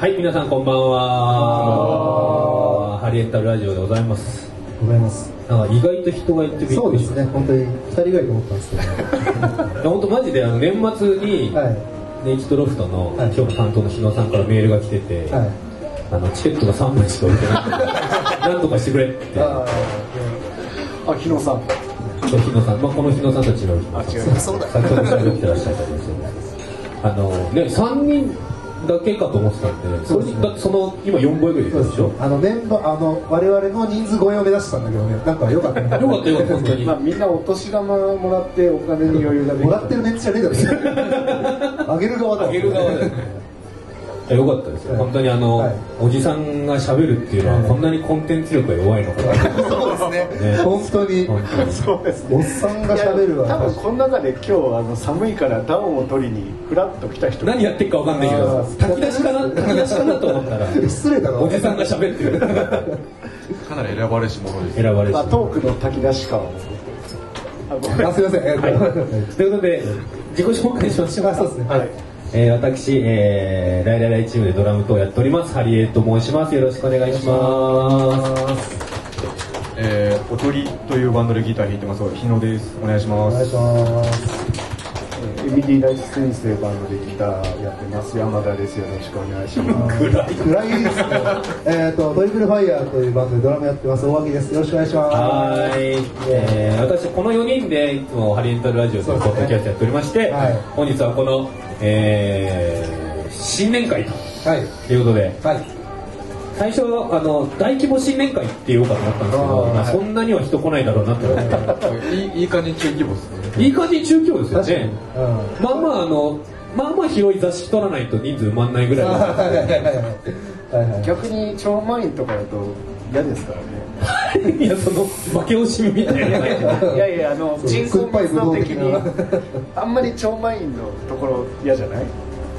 はい皆さんこんばんはハリエッタルラジオでございますございます。なんか意外と人がいてびっくりそうですね、本当に二人ぐらいと思ったんですけど。本当マジであの年末に、はネイキッドロフトのはい今日担当の日野さんからメールが来てて、い。はい。あのチケットが3枚しか売れてな くてなんとかしてくれってああ、日野さん。そう日野さん、まあ、この日野さんたちの日野さんあ違うそうだ先ほど喋ってらっしゃったんですよねあのね3人だけかと思ってたんでそれだってその今4倍ぐらいーそでうですしょよ。あの、メンバー、あの、我々の人数超えを目指してたんだけどね、なんか良かった。よよかったよかった本当にまあ、みんなお年玉もらって、お金に余裕ができもらってるメンツじゃねえだろ。あげる側だ。あげる側だよね。よかったですよ、本当にあの、はいおじさんが喋るっていうのは、はいこんなにコンテンツ力が弱いのかな、そうですね、ね。本当に。本当にそうですね。おっさんが喋るわ。多分この中で今日あの寒いからダウンを取りにフラッと来た人何やってるかわかんないけどあー炊き出しかな炊き出しかなと思ったら失礼だろ。おじさんが喋ってるかなり選ばれし者です選ばれしまあ、者トークの炊き出し感ですねあごめんあ、すいません。えはいーということで自己紹介しましょうかあそうですねはいえー私、えー、ライライライチームでドラム等をやっておりますハリエと申しますよろしくお願いしますえー、おとりというバンドでギター弾いてます日野ですお願いしおま願いすします。えー MD 大地先生バンドでギターやってます山田ですよろしくお願いします暗いですね。えっと、トリプルファイヤーというバンドでドラムやってます。大脇です。よろしくお願いします。はい、えー、私この4人でいつもハリエンタルラジオというポッドキャストやっておりまして、はい本日はこの、えー、新年会はい。ということではい。最初あの大規模新年会って言おうかと思ったんですけどあーまあそんなには人来ないだろうなと思っいいいい感じに中規模ですねていい感じに中京ですよ確かに。ねうん。まあまああのまあまあ広い座敷取らないと人数埋まんないぐらいのはいはいはいはいはい逆に超満員とかだと嫌ですからね いやその負け惜しみみたいな いやいやあのそう人口密度的酸っにあんまり超満員のところ嫌じゃない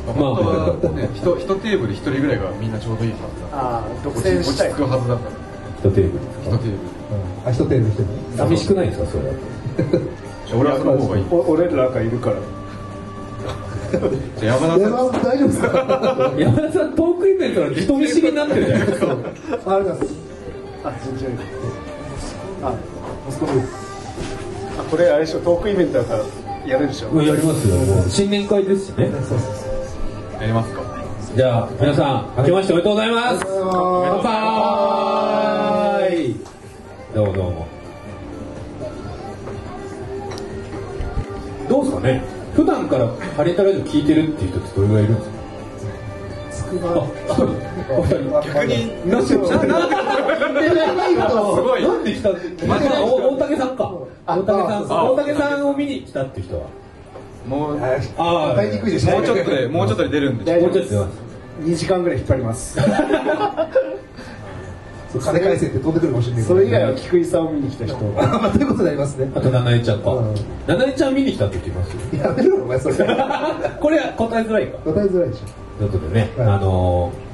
まあまあ本当はね一一テーブル一人ぐらいがみんなちょうどいいはずだああ独落ち占落したちい着くはずだから一テーブ一テーブあ、一テーブル一テーブル寂しくないですかそれはル俺はその方がいいお俺らがいるからじゃあ山ル田さえんまあ大丈夫ですか山田さんトークイベントなのに人見知りになってるじゃないですかあありがとうございますあ順調にあ息子ですあこれあれでしょトークイベントだからやるでしょ、もうやりますよもう新年会ですしねそうそうそうやりますかじゃあ皆さん明けましておめでとうございますおめでとう乾ござい杯どうもどうもどうですかね普段からハリエンタラジオ聞いてるっていう人ってどれぐらいいるんですかつくばああお二人逆になんでなんですごいなんで来たマジでお大竹さんか大竹さんあ大竹さんを見に来たって人はもうもうああ買いにくいでしょちょっとでもうちょっとで出るんで大もうち丈夫ょでっすと2時間ぐらい引っ張りますそう金返せって飛んでくるかもしれないけそどれ以外は菊井さんを見に来た人まあということになりますねあと七重ちゃんかうん七重ちゃん見に来たって言ってますよやめろよお前それ答これは答えづらいかえづらいでしということでね、はいあのー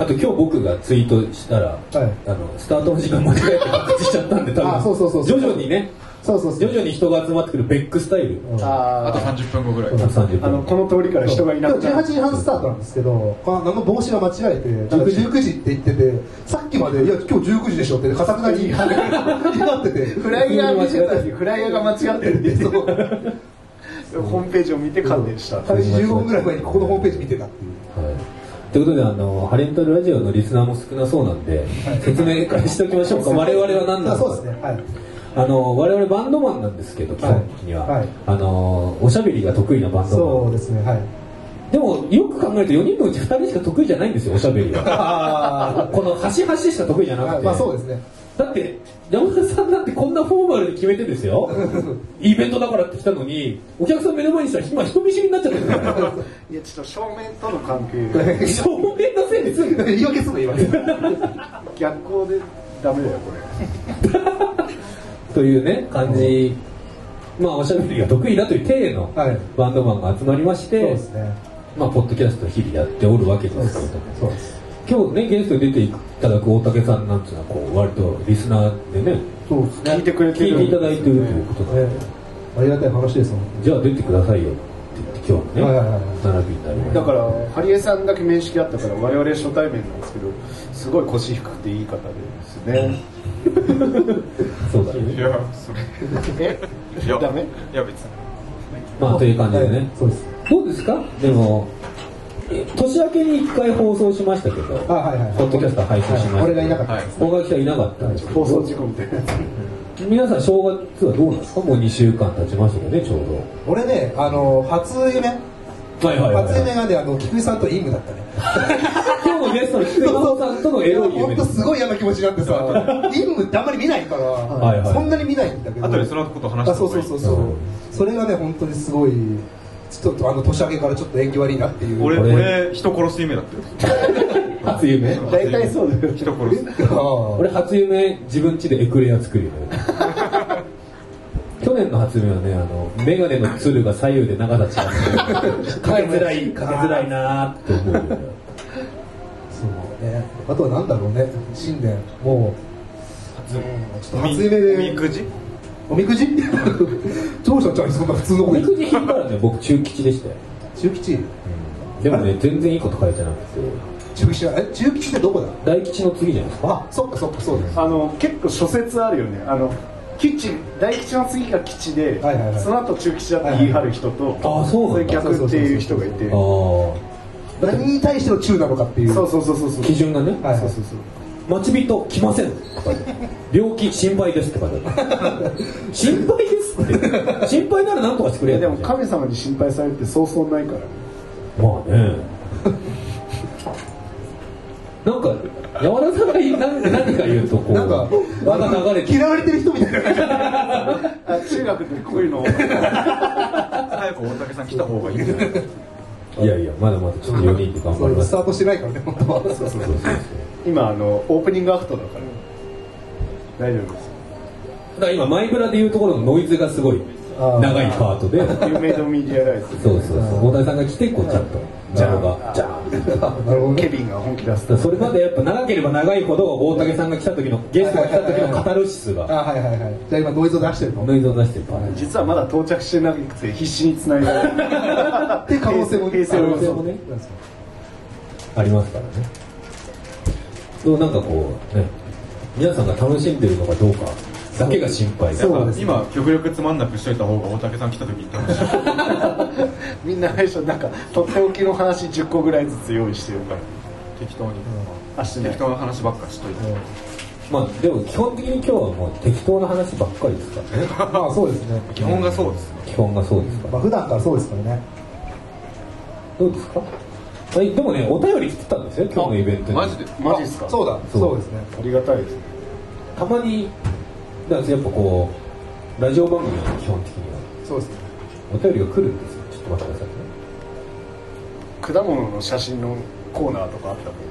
あと今日僕がツイートしたら、あのスタートの時間間違えて告知しちゃったんで多分あそうそうそうそう徐々にねょそうそうそう徐々に人が集まってくるベックスタイル、うんああとー30分後ぐらい130あの分この通りから人がいな今く日 な18る時半スタートなんですけど、あの帽子が間違えて、なんか19時って言ってて、さっきまで、いや、今日19時でしょって、かたくなに言い張ってて、フライヤー見てたのにフライヤーが間違ってるってそうホームページを見て感電した開始15分ぐらい前にここのホームページ見てたっていう。はいということであのハレンタルラジオのリスナーも少なそうなんで、説明からしておきましょうか我々は何なあのそうかですね。はい。あの我々バンドマンなんですけど基本的には、はいはいあのおしゃべりが得意なバンドそマうンですね。はい。でもよく考えると4人のうち2人しか得意じゃないんですよおしゃべりは あこの端々しか得意じゃなくて、まあそうですね。だって山田さんだってこんなフォーマルに決めてです よイベントだからって来たのにお客さん目の前にしたら今人見知りになっちゃってるんだよいやちょっと正面との関係正面のせいですんな言い訳すんの言い訳。逆光でダメだよこれというね感じ、まあおしゃべりが得意だという体のはいバンドマンが集まりまして、そうですね。まあポッドキャストを日々やっておるわけですけれどもそうです。今日ねゲストに出ていただく大竹さんなんていうのはこう割とリスナーでねそうですね。聞いてくれてる聞いていただいてるということで、ありがたい話ですもん。じゃあ出てくださいよって言ってき今日はいのはいねはい並びになりますだからハリエさんだけ面識あったから我々初対面なんですけどすごい腰低くていい方ですねそうだねいやそれえいやダメいや別にまあという感じではいねそうですどうですかでもえ年明けに一回放送しましたけどあはいはいポッドキャスト配信しましたはい俺がいなかったはいです大垣さんいなかったんですけど放送事故みたいなやつ皆さん正月はどうなんですかもう2週間経ちましたよねちょう俺ねあの初夢どはい初夢がねあの菊池さんとイングだったね今日のゲストの菊池真央さんとのエロい本夢で当すすごい嫌な気持ちになってさ、イングってあんまり見ないから、いはいそんなに見ないんだけど、後でそのこと話したあそ方うがそいういそうそう、それがね、本当にすごい、ちょっとあの年明けからちょっと縁起悪いなっていう、俺俺俺人殺す夢だったよ初夢大体そうだよ人殺すあー俺初夢自分家でエクレア作るよ去年の初夢はねあの眼鏡のつるが左右で長立ちなんでかけづらいかけづらいなーって思うよねそうね、あとはなんだろうね、新年、もう、うんちょっと初夢おみで、くじおみくじどうしたんちゃん、そんな普通のお子みに、くじ引いたらね僕中吉でしたよ中吉、でもね全然いいこと書いてなくて中吉は、え、中吉ってどこだ大吉の次じゃないですかあ、そっかそっか、そうです。あの結構諸説あるよねあの吉大吉の次が吉で、はいはいはいその後中吉だって言い張る人と、あそうなんだれ逆っていう人がいてあ何に対しての中なのかっていう。そうそうそうそうそうあ基準がね、はい、そうそうそう待ち人来ません病気心配ですって書いてある心配ですって心配なら何とかしてくいれやよでも神様に心配されるってそうそうないからまあね。 なんか、柔らかい何何か言うとこう、なんか、まだ流れてる。嫌われてる人みたいな感じ。あ中学でこういうの早く大竹さん来た方がいいんじゃないいやいや、まだまだちょっと4人で頑張りまスす。タそうートしてないからね、本当は。そうそうそう。だか 今あのオープニングアフトだから大丈夫ですら今、マイブラで言うところのノイズがすごい、あー長いパートで。 You made me realize そうそうそう。大谷さんが来て、こう、ちゃんと、ジャムが、ジャーンって。だかなるほどケね。ビンが本気出すらそれまでやっぱ長ければ長いほど、大竹さんが来た時の、ゲストが来た時のカタルシスあ、が、はいはいはい。じゃあ今ノイズを出してるの。ノイズを出してるパート。実はまだ到着してなくて必死に繋 いでるって可能性も平成可能性もねありますからね。そう、なんかこう、ね、皆さんが楽しんでるのかどうかだけが心配そうやっでぱすね今極力つまんなくしといた方が大竹さん来た時に楽しいみんな最初なんかとっておきの話10個ぐらいずつ用意してるから適当にあしてない適当な話ばっかしといてまあでも基本的に今日はもう適当な話ばっかりですからね まあそうですね。基本がそうですね基本がそうですからまあ普段からそうですからね。どうですかはいでもねお便り来てたんですよ今日のイベントにマジでマジっすかあそうだ。そうそうですね。ありがたいですねたまにだからやっぱこうラジオ番組は基本的にはそう ですね。お便りが来るんですよちょっと待ってくださいね果物の写真のコーナーとかあったもんね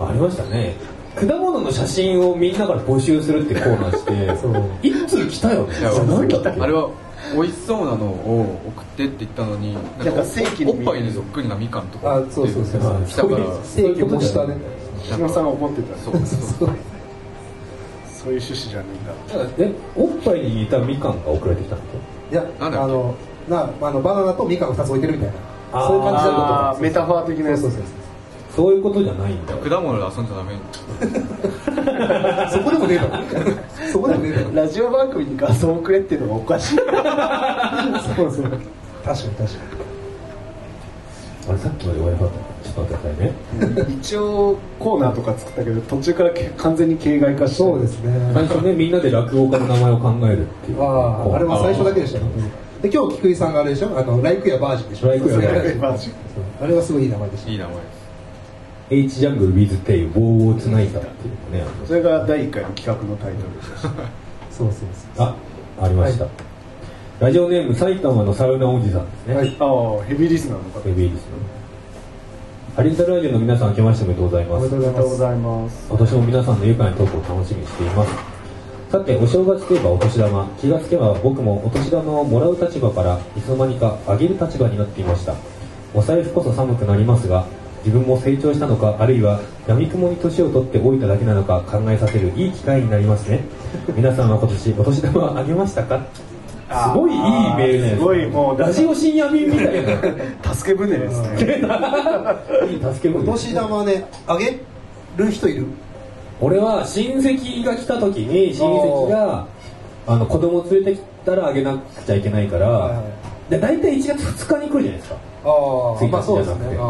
ありましたね果物の写真をみんなから募集するってコーナーして そう一通来たよねいやなんだっけあれは美味しそうなのを送ってって言ったのになんか正規のおっぱいにそっくりなみかんとかあ、そうそうそう。はい来たから正規もしたね。木野さんが思ってたそそううそうそうそういう趣旨じゃねえんだえおっぱいに似たみかんが送られてきたのいや、あなんだっけの、な、あのバナナとミカンを二つ置いてるみたいあーな。そういう感じだと思あうーメタファー的なやつそうそうそういうことじゃないんだよ果物で遊んじゃダメそう。そこでもねえだろ。 そこでもねえだろ。ラジオ番組に画像をくれっていうのがおか しいそうそう。確かに確かあれさっきまで w i f ちょっと待ってくださいね一応コーナーとか作ったけど途中からけ完全に形骸化に。してそうですね。最初ねみんなで落語家の名前を考えるっていうああ、あれは最初だけでしたね。で、今日菊井さんがあれでしょあの、ライクやバージンでしょライクやバージマジそうあれはすごいいい名前でした。いい名前 H ジャングル with テイ棒をつないだっていうのねそれが第1回の企画のタイトルですそうそうそあありました、はいラジオネーム埼玉のサウナおじさんですね、はいああヘビーリスナーの方ベビーリスのハリウッドラジオの皆さん明けましておめでとうございおまめですとうございます。ざいます私も皆さんの愉快なトークを楽しみにしていますさてお正月といえばお年玉気がつけば僕もお年玉をもらう立場からいつの間にかあげる立場になっていましたお財布こそ寒くなりますが自分も成長したのかあるいは闇雲に年を取って老いただけなのか考えさせるいい機会になりますね皆さんは今年お年玉あげましたかすごいいいメールじゃないですすごいもうラジオ深夜便みたいな助け舟ですねいい助けお舟年玉ねあげる人いる俺は親戚が来た時に親戚があの子供連れてきたらあげなくちゃいけないから、はいはいで大体1月2日に来るじゃないですかあ追加まあそうですじゃなくねて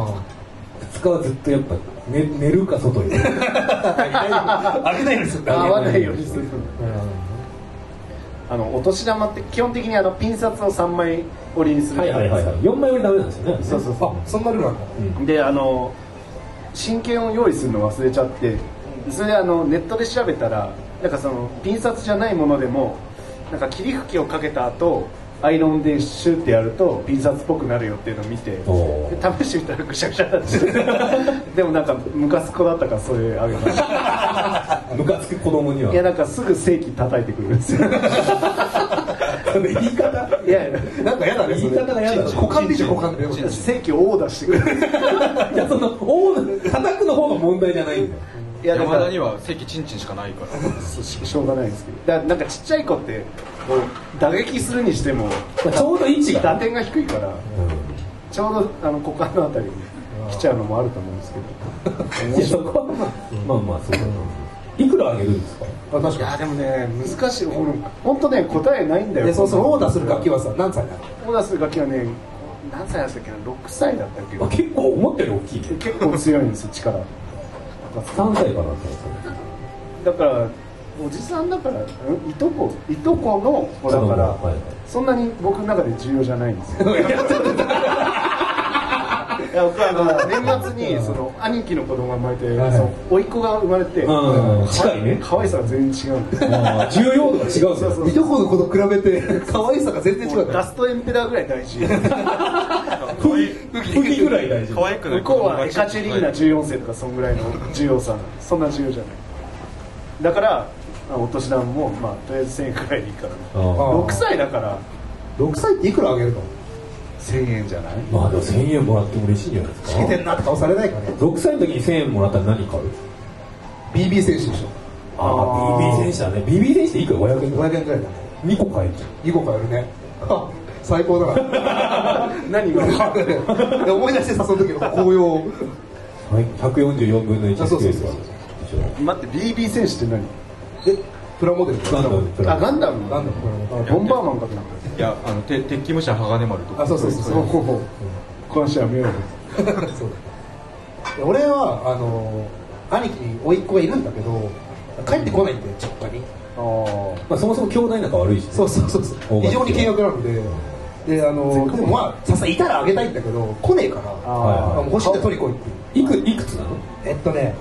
2日はずっとやっぱ寝寝るか外 にあげないですよ合わないようにするうんあのお年玉って基本的にあのピン札を3枚折りにするはいじゃはないいはですい、かはい、4枚よりダメなんですよねそうそうそうあそんなルールなんだであの真剣を用意するの忘れちゃってそれであのネットで調べたらなんかそのピン札じゃないものでもなんか霧吹きをかけた後アイロンでシュッてやるとピン札っぽくなるよっていうのを見ておーで試してみたらぐしゃぐしゃだって でもなんかムカつく子だったからそれあげました ムカつく子供にはいやなんかすぐ正規叩いてくるんですよ言い方いやいやなんかやだねそれ言い方がやだね股間でしょ股間で正規をオーダーしてくるいやそのオーナー叩くの方が問題じゃないんだよいやだか山ら田には席チンチンしかないからししょうがないですけどだなんかちっちゃい子ってこう打撃するにしてもまあちょうど位置が打点が低いからちょうどあの股間のあたりに来ちゃうのもあると思うんですけどいやそこはまあ、まあまあそうだないくらあげるんですかあ確いかやでもね難しい本当ね答えないんにだよでそうそうオーダーする楽器はさ何歳なのオーダーする楽器はね何歳だったっけな6歳だったっけあど結構思ったより大きいね結構強いんですよ力3歳かなと思ってだからおじさんだからうんいとこいとこの子だかはいらはいそんなに僕の中で重要じゃないんですよ いや僕あの年末にその兄貴の子供が生まれて、はいその甥っ子が生まれて、うん近いねかわいさが全然違う んですよあー重要度が違うんですよ そうそういとこの子と比べて可愛さが全然違もううからダストエンペラーぐらい大事吹きぐらい大事可愛くない向こうはエカチェリーナ14世とかそんぐらいの重要さそんな重要じゃないだからまあお年玉もまあとりあえず1000円くらいでいいからあ6歳だから6歳っていくらあげるの1000円じゃないーまあでも1000円もらっても嬉しいんじゃないですつけてかんなって顔されないからね6歳の時に1000円もらったら何買う BB 選手でしあああー BB 選手だね BB 選手っていくら500ょ円ぐらい500円くらいだね2個買えちゃ2個買えるね あ最高だな何が で思い出してさその時の紅葉うはい144分の1あそうそうそスうペースが待って BB 選手って何でプラモデルガンダムプラあガンダムガンダムプラモデルボンバーマンかと思っいやあのて鉄筋武者鋼丸とかあそうそうそうそうほうほうこの人は見ようそうで俺はあの兄貴に甥っ子がいるんだけど帰ってこないんだよ実家にあまあそもそも兄弟仲悪いしねそうそうそうそう非常に契約なのでであのでもまあさすがにいたらあげたいんだけど来ねえからあはいあもう欲しくて取り来いっていういくいくつなのえっとね、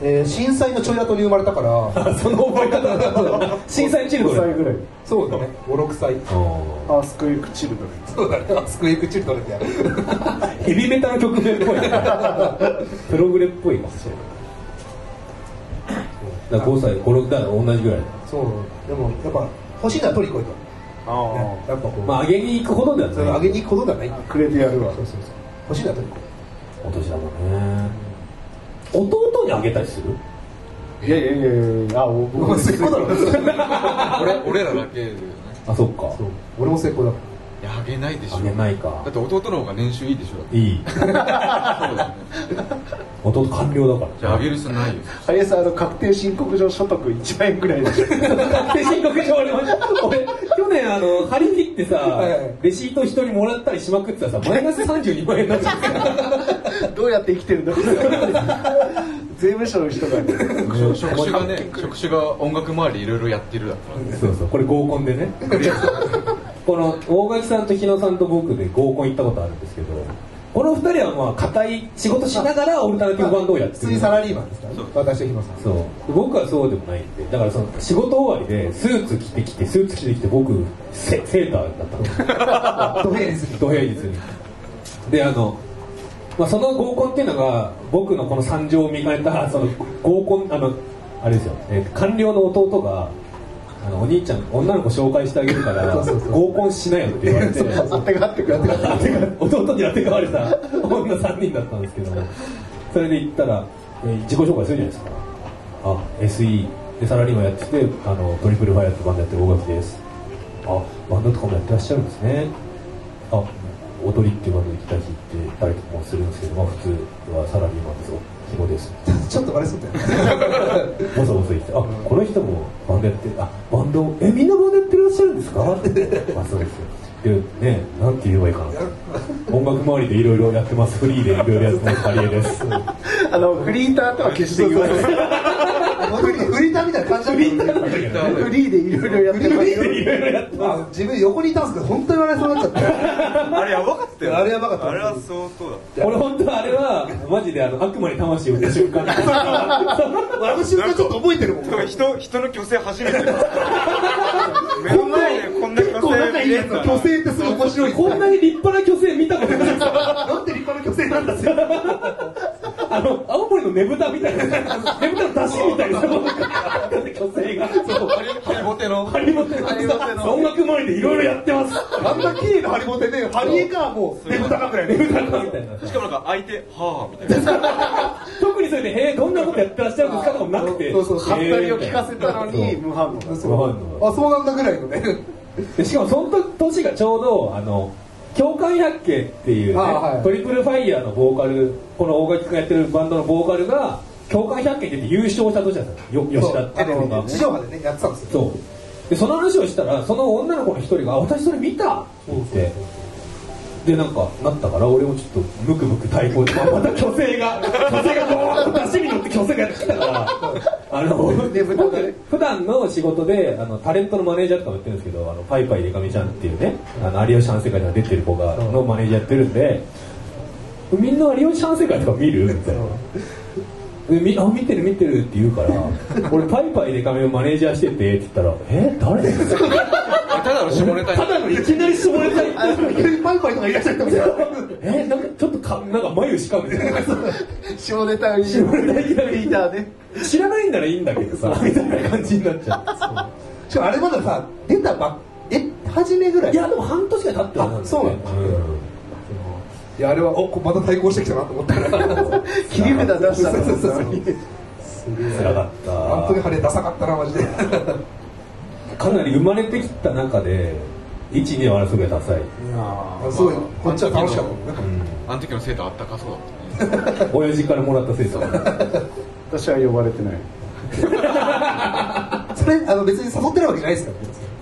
えー震災のちょい後に生まれたから その覚え方だ震災チルド5レ歳ンぐらいそうだね56歳ああスクイクチルドレンそうだねスクエクチルドレンやるーヘビメタの曲名っぽいねプログレっぽいかもしれないだから5歳56だから同じぐらいそうでもやっぱ欲しいなら取り来いと、ねあやっぱこう、まあ上げに行くほどではそれなあいげに行くことではないそうあくれてやるわそうそう欲しいなら取り来いお年玉ね弟にあげたりするいやいやいやいやあお俺も末っ子だろ俺俺らだけだよねあそっかそう俺も末っ子だろいやあげないでしょあげないだかって弟の方が年収いいでしょだっていいそうだよね弟官僚だじかゃあらあげる人ないよあれさあの確定申告上所得1万円ぐらいでしょで申告書俺も俺去年あの張り切ってさいはいレシート人にもらったりしまくってたらさマイナス32万円になっちゃった どうやって生きてるんだろう 税務署の人が ね職職種 がね職種が音楽周りいろいろやってるだからそうそうこれ合コンでねこの大垣さんと日野さんと僕で合コン行ったことあるんですけどこの二人はまあ固い仕事しながらオルタナティブバンドをやって普る通にサラリーマンですからねそう私と日野さんそう僕はそうでもないんでだからその仕事終わりでスーツ着てきてスーツ着てきて僕セセーターだったの ドヘリする土平日にであの、まあ、その合コンっていうのが僕のこの惨状を見かねたその合コンあのあれですよ、えー官僚の弟があのお兄ちゃん女の子紹介してあげるからそうそうそう合コンしなよって言われてあてがあってくれて弟にあてがわれた女3人だったんですけどそれで行ったら、えー自己紹介するじゃないですかあ SE でサラリーマンやっててあのトリプルファイアってバンドやってる大垣ですあバンドとかもやってらっしゃるんですねあ踊りっていうバンドでギター弾いてたりもするんですけど、まあ、普通はサラリーマンですよひもですちょっとあれそう だよねボソボソ言って「あこの人もバンドやってあバンドえみんなバンドやってらっしゃるんですか?」ってまあそうですよでねなんて言えばいいかな音楽周りでいろいろやってますフリーでいろいろやってますマリエですあのフリーターとは決して言わないフリフリーターみたいな感じだったよねフリーでいろいろやってますよあ自分横にいたんですけど本当に笑いそうになっちゃってあれやばかったよあれやばかったあれは相当だこれ本当あれはマジであの悪魔に魂を売った瞬間 笑う瞬間ちょっと覚えてるもんだから人人の虚勢初めて 目の前でこんな虚こう仲勢いい見れやつんのだな虚勢ってすごい面白いこんなに立派な巨星見たことないですなんて立派な虚勢なんだよあの青森のねぶたみたいなねぶたの出汁みたいな 巨星がそうハリボテのハリボテの音楽周りでいろいろやってますあんな綺麗なハリボテでハリエかもうねぶたかぐらいねみたいなしかもなんか相手はあみたいな特にそれで「へえどんなことやってらっしゃるんですか?」とかもなくてそうそうそう語りを聞かせたのに無反応だあそうなんだぐらいのねでしかもその年がちょうどあの教会百景っていう、ねあはいトリプルファイヤーのボーカルこの大垣君がやってるバンドのボーカルが教会百景って言って優勝した年だったのよ吉田ってあいうのがの地上波でねやってたんですよそうでその話をしたらその女の子の一人があ「私それ見た!」って言ってでなんかなったから俺もちょっとムクムク対抗でまた虚勢が虚勢がボーッと出しに乗って虚勢がやってきたからあ のでぶたがね普段の仕事であのタレントのマネージャーとかもやってるんですけどあのパイパイでかみちゃんっていうねあの有吉反省会とか出てる子がのマネージャーやってるんでみんな有吉反省会とか見るみたいな。でみあ見てる見てるって言う から俺パイパイでかめをマネージャーしててって言ったら「え誰?」ただの下ネタただのいきなり絞れたい いきなりパイパイとかいらっしゃったみたいなえなんかちょっとかなんか眉しかめて下ネタに下ネタにフリーターで知らないんならいいんだけどさみたいな感じになっちゃしかもあれまださ出たばっえ初めぐらういいやでも半年が経ってるあそうなんだいやあれはおこまた対抗してきたなと思ったから切り札出したそうそうそうのにつらかっ本当にたハレダサかったなマジでかなり生まれてきた中で12を争うがダサい、すごいこっちは楽しかったあの時のセーターあったかそうだったね親父からもらったせいさ私は呼ばれてないそれあの別に誘ってるわけじゃないですか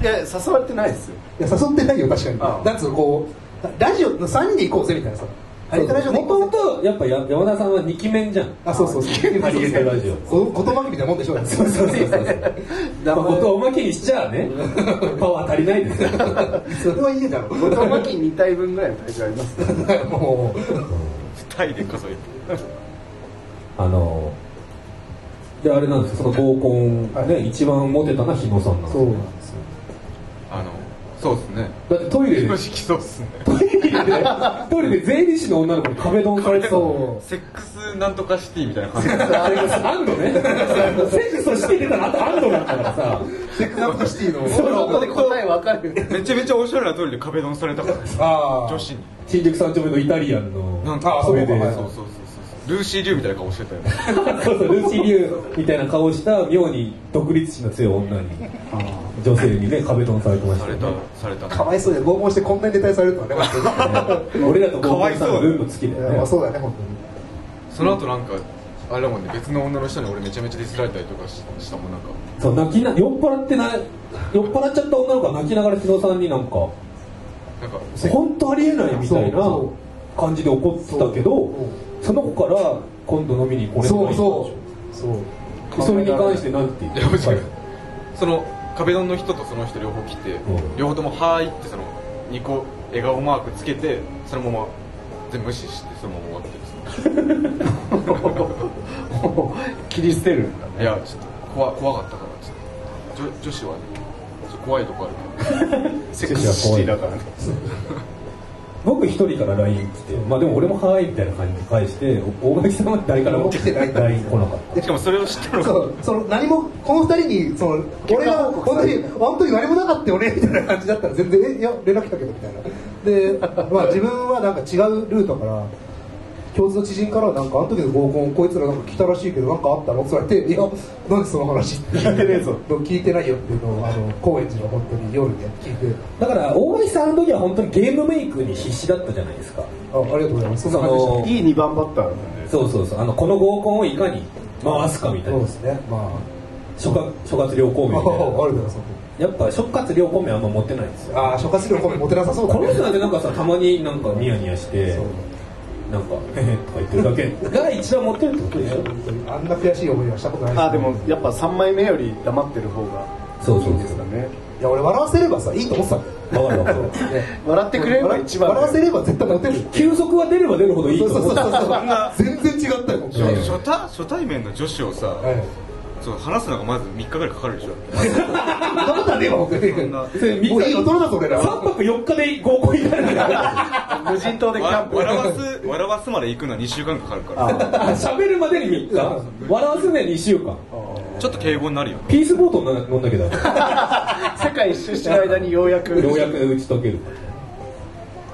らいや誘われてない ですよいや誘ってないよ確かあにあなんつうのこうラジオの3人で行こうぜみたいなさハリエラジオで行もとこもうぜとやっぱや山田さんは二期面じゃんあそうそうそうハリエラジオこ言葉みたいなもんでしょそうそうそうまあことをおまけにしちゃあねパワー足りないですよそれはいいだろ後藤真希2体分ぐらいの体重ありますも二人で数えてあのであれなんですよその合コン、ね一番モテたのは日野さんなんうですそうよなんですよあのそうです ねだってトイレで少しきそうっすねトイレで税理士の女の子に壁ドンされてたのセックスなんとかシティみたいな感じあれが安藤 ねセックスをして出たらあと安藤だったからさセックスアップシティのここで答え分かるめちゃめちゃおしゃれな通りで壁ドンされたからですああ女子に新宿三丁目のイタリアンのなんかあそうかれではそいうそうそうそうルーシー・リュウみたいな顔してたよそうそうルーシー・リュウみたいな顔した妙に独立心の強い女に女性にね壁ドンされてましさたれよたねされたかわいそうで拷問してこんなにネタにされるとはねマジで俺らと合コンしたの運の 月だいやまよあねそうだよね本当にその後なんかあれだもんね別の女の人に俺めちゃめちゃディスられたりとかししたもんなんかそう泣きな酔っ払ってない酔っ払っちゃった女の子が泣きながら日野さんになんかなんか本当ありえないみたいなそう感じで怒ってたけどその子から今度飲みに来れないそうそうそううそれに関してなんて言っいてやもちろんその壁ドンの人とその人両方来て、うん両方とも「はーい」ってその2個笑顔マークつけてそのまま全部無視してそのまま終わってる切り捨てるんだいやちょっと怖怖かったからちょっと女女子はねちょっと怖いとこあるからセックスシティだからね僕一人から LINE 来てまあでも俺も「はーい」みたいな感じで返してお大垣さんは誰からも来てない LINE 来なかっしかもそれを知ったのそがうその何もこの二人にその俺が本当に本当に何もなかったよねみたいな感じだったら全然えいや連絡来たけどみたいなでまあ自分はなんか違うルートから共通の知人からなんかあの時の合コンこいつらなんか来たらしいけどなんかあったのって言われていや何その話聞いてねえぞ聞いてないよっていうのをあの高円寺の本当に夜で聞いてだから大西さんの時は本当にゲームメイクに必死だったじゃないですかあありがとうございますそんな感じでしたそのいい2番バッターなんでそうそうそうあのこの合コンをいかに回すかみたいそうなですねまあ諸葛諸葛亮孔明あみたいなあありがとうございます やっぱ諸葛亮孔明あんま持ってないんですよああ諸葛亮これモテなさそうだこのね人なんてなんかさたまになんかニヤニヤしてそうなんか「へへ」とか言ってる だけが一番持ってるってことでしょ本当にあんな悔しい思いはしたことないあでもやっぱ3枚目より黙ってる方がそうそういいんそでうすかねいや俺笑わせればさいいと思ってたんだよわかるわかる笑ってくれれば一番笑わせれば絶対モテる 休息が出れば出るほどいいとそう思そううそ うそう全然違ったよいやいや初対初対面の女子をさ、はいそう話すのがまず3日ぐらいかかるでしょそんなことはねえわ僕なもういい大人だぞ俺ら3泊4日で合コンになるんだ無人島でキャわンプ笑わす笑わすまで行くのは2週間かかるから喋るまでに3日笑わすね2週間ちょっと敬語になるよねピースボートな乗んなきゃだ世界一周してる間にようやくめようやく打ち解ける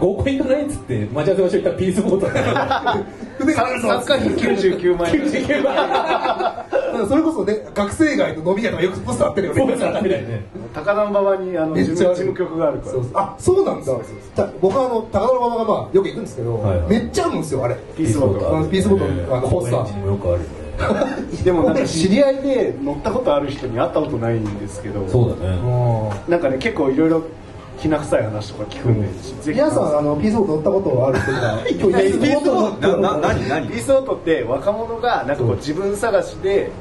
合コン行かないっつって待ち合わせ場所行ったらピースボートだ参参加費99万円99万それこそね学生街の飲み屋とかよくポスターあってるよねボートだみたいなね高田馬場にあのめ事っちゃあ務る事務局があるからそうそうあそうなんだた僕はあの高田馬場がまあよく行くんですけど、はいはいめっちゃあるんですよあれピースボーあトのピースボートのあのホポスターにもよくあるよねでもなんか知り合いで乗ったことある人に会ったことないんですけどそうだねもなんかね結構いろいろきな臭い話とか聞くんで、うぜひ皆さんあのピースボート乗ったことある人が今日ピースボーなト乗なった何何ピースボートって若者がなんかこう自分探しで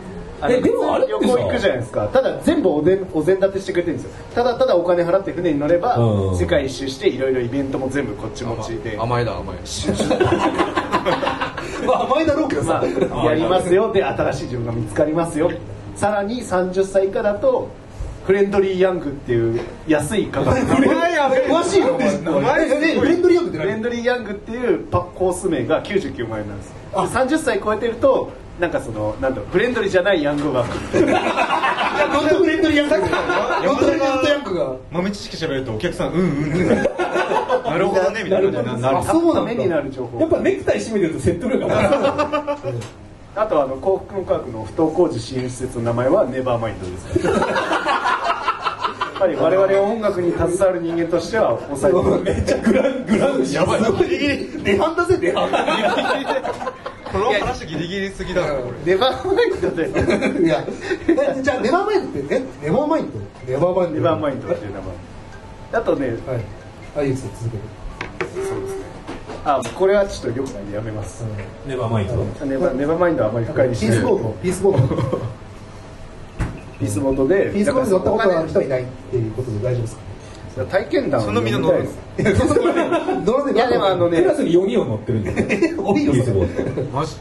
あのえでもあれってさ旅行行くじゃないですかただ全部おでんお膳立てしてくれてるんですよただただお金払って船に乗れば、うん世界一周していろいろイベントも全部こっち持ちで甘えだ甘えまあ甘いだろうけどさ、まあ、やりますよで新しい自分が見つかりますよさらに30歳以下だとフレンドリーヤングっていう安い価 格フ詳しいのお前えフレンドリーヤングってレン何ドリーヤングっていうパコース名が99万円なんですで30歳超えてるとなんかそのなんだろうフレンドリーじゃないヤング枠どんなフレンドリーヤングどんなフレンドリーヤングが豆知識喋るとお客さんうんうんってなるほどねみたいな感じになるあそうなんだためになる情報やっぱネクタイ締めてると説得力があとはあの幸福の科学の不登校児支援施設の名前はネバーマインドです やっぱり我々音楽に携わる人間としては抑えて るめっちゃグラングランやばいデハンだぜデハンこの話ギリギリすぎだなこれネバーマインドでいやえじゃあネバーマインドってえネバーマインドネバーマインドネバーマインドっていう名前あとねはいあいいですよ続けてあこれはちょっと良くないんでやめますネバーマインドネバネバーマインドはあまり深いにしピなーいスボートピースボートピースボートでピースボート乗ったことあるだか人いないっていうことで大丈夫ですから体験談をその身の乗読るみたのいいやそんなことない乗らねえいやでもあのクねラスに4人を乗ってるんだよ多いよピースそれボートマジ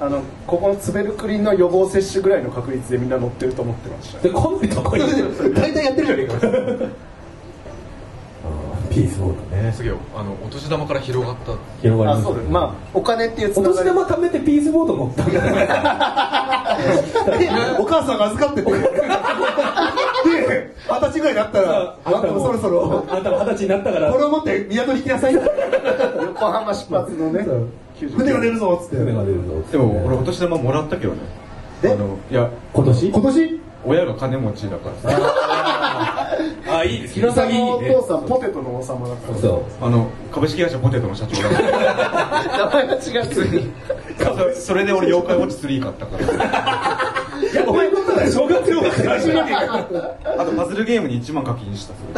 あのここのツベルクリンの予防接種ぐらいの確率でみんな乗ってると思ってましたでかなり高いよ大体やってるじゃねピースボートねすげえあのお年玉から広がった広がありそうまですすまあお金っていうつおなが年り玉貯めてピースボート乗ったんだよえか でお母さんが預かって てで二十歳ぐらいになったらあんたもそろそろあんたも二十歳になったからこれを持って港に行きなさいって横浜出発のね船が出99るぞっつって船が出るぞでも俺お年玉もらったけどねあえのいや今年今年親が金持ちだからさあいいです平広ささんぎのお父さんポテトの王様だかそあの株式会社ポテトの社長だからら名前が違うそそれで俺妖怪ウォッチ3買ったからういやお前のことだよ正月用があとパズルゲームに1万課金したそれ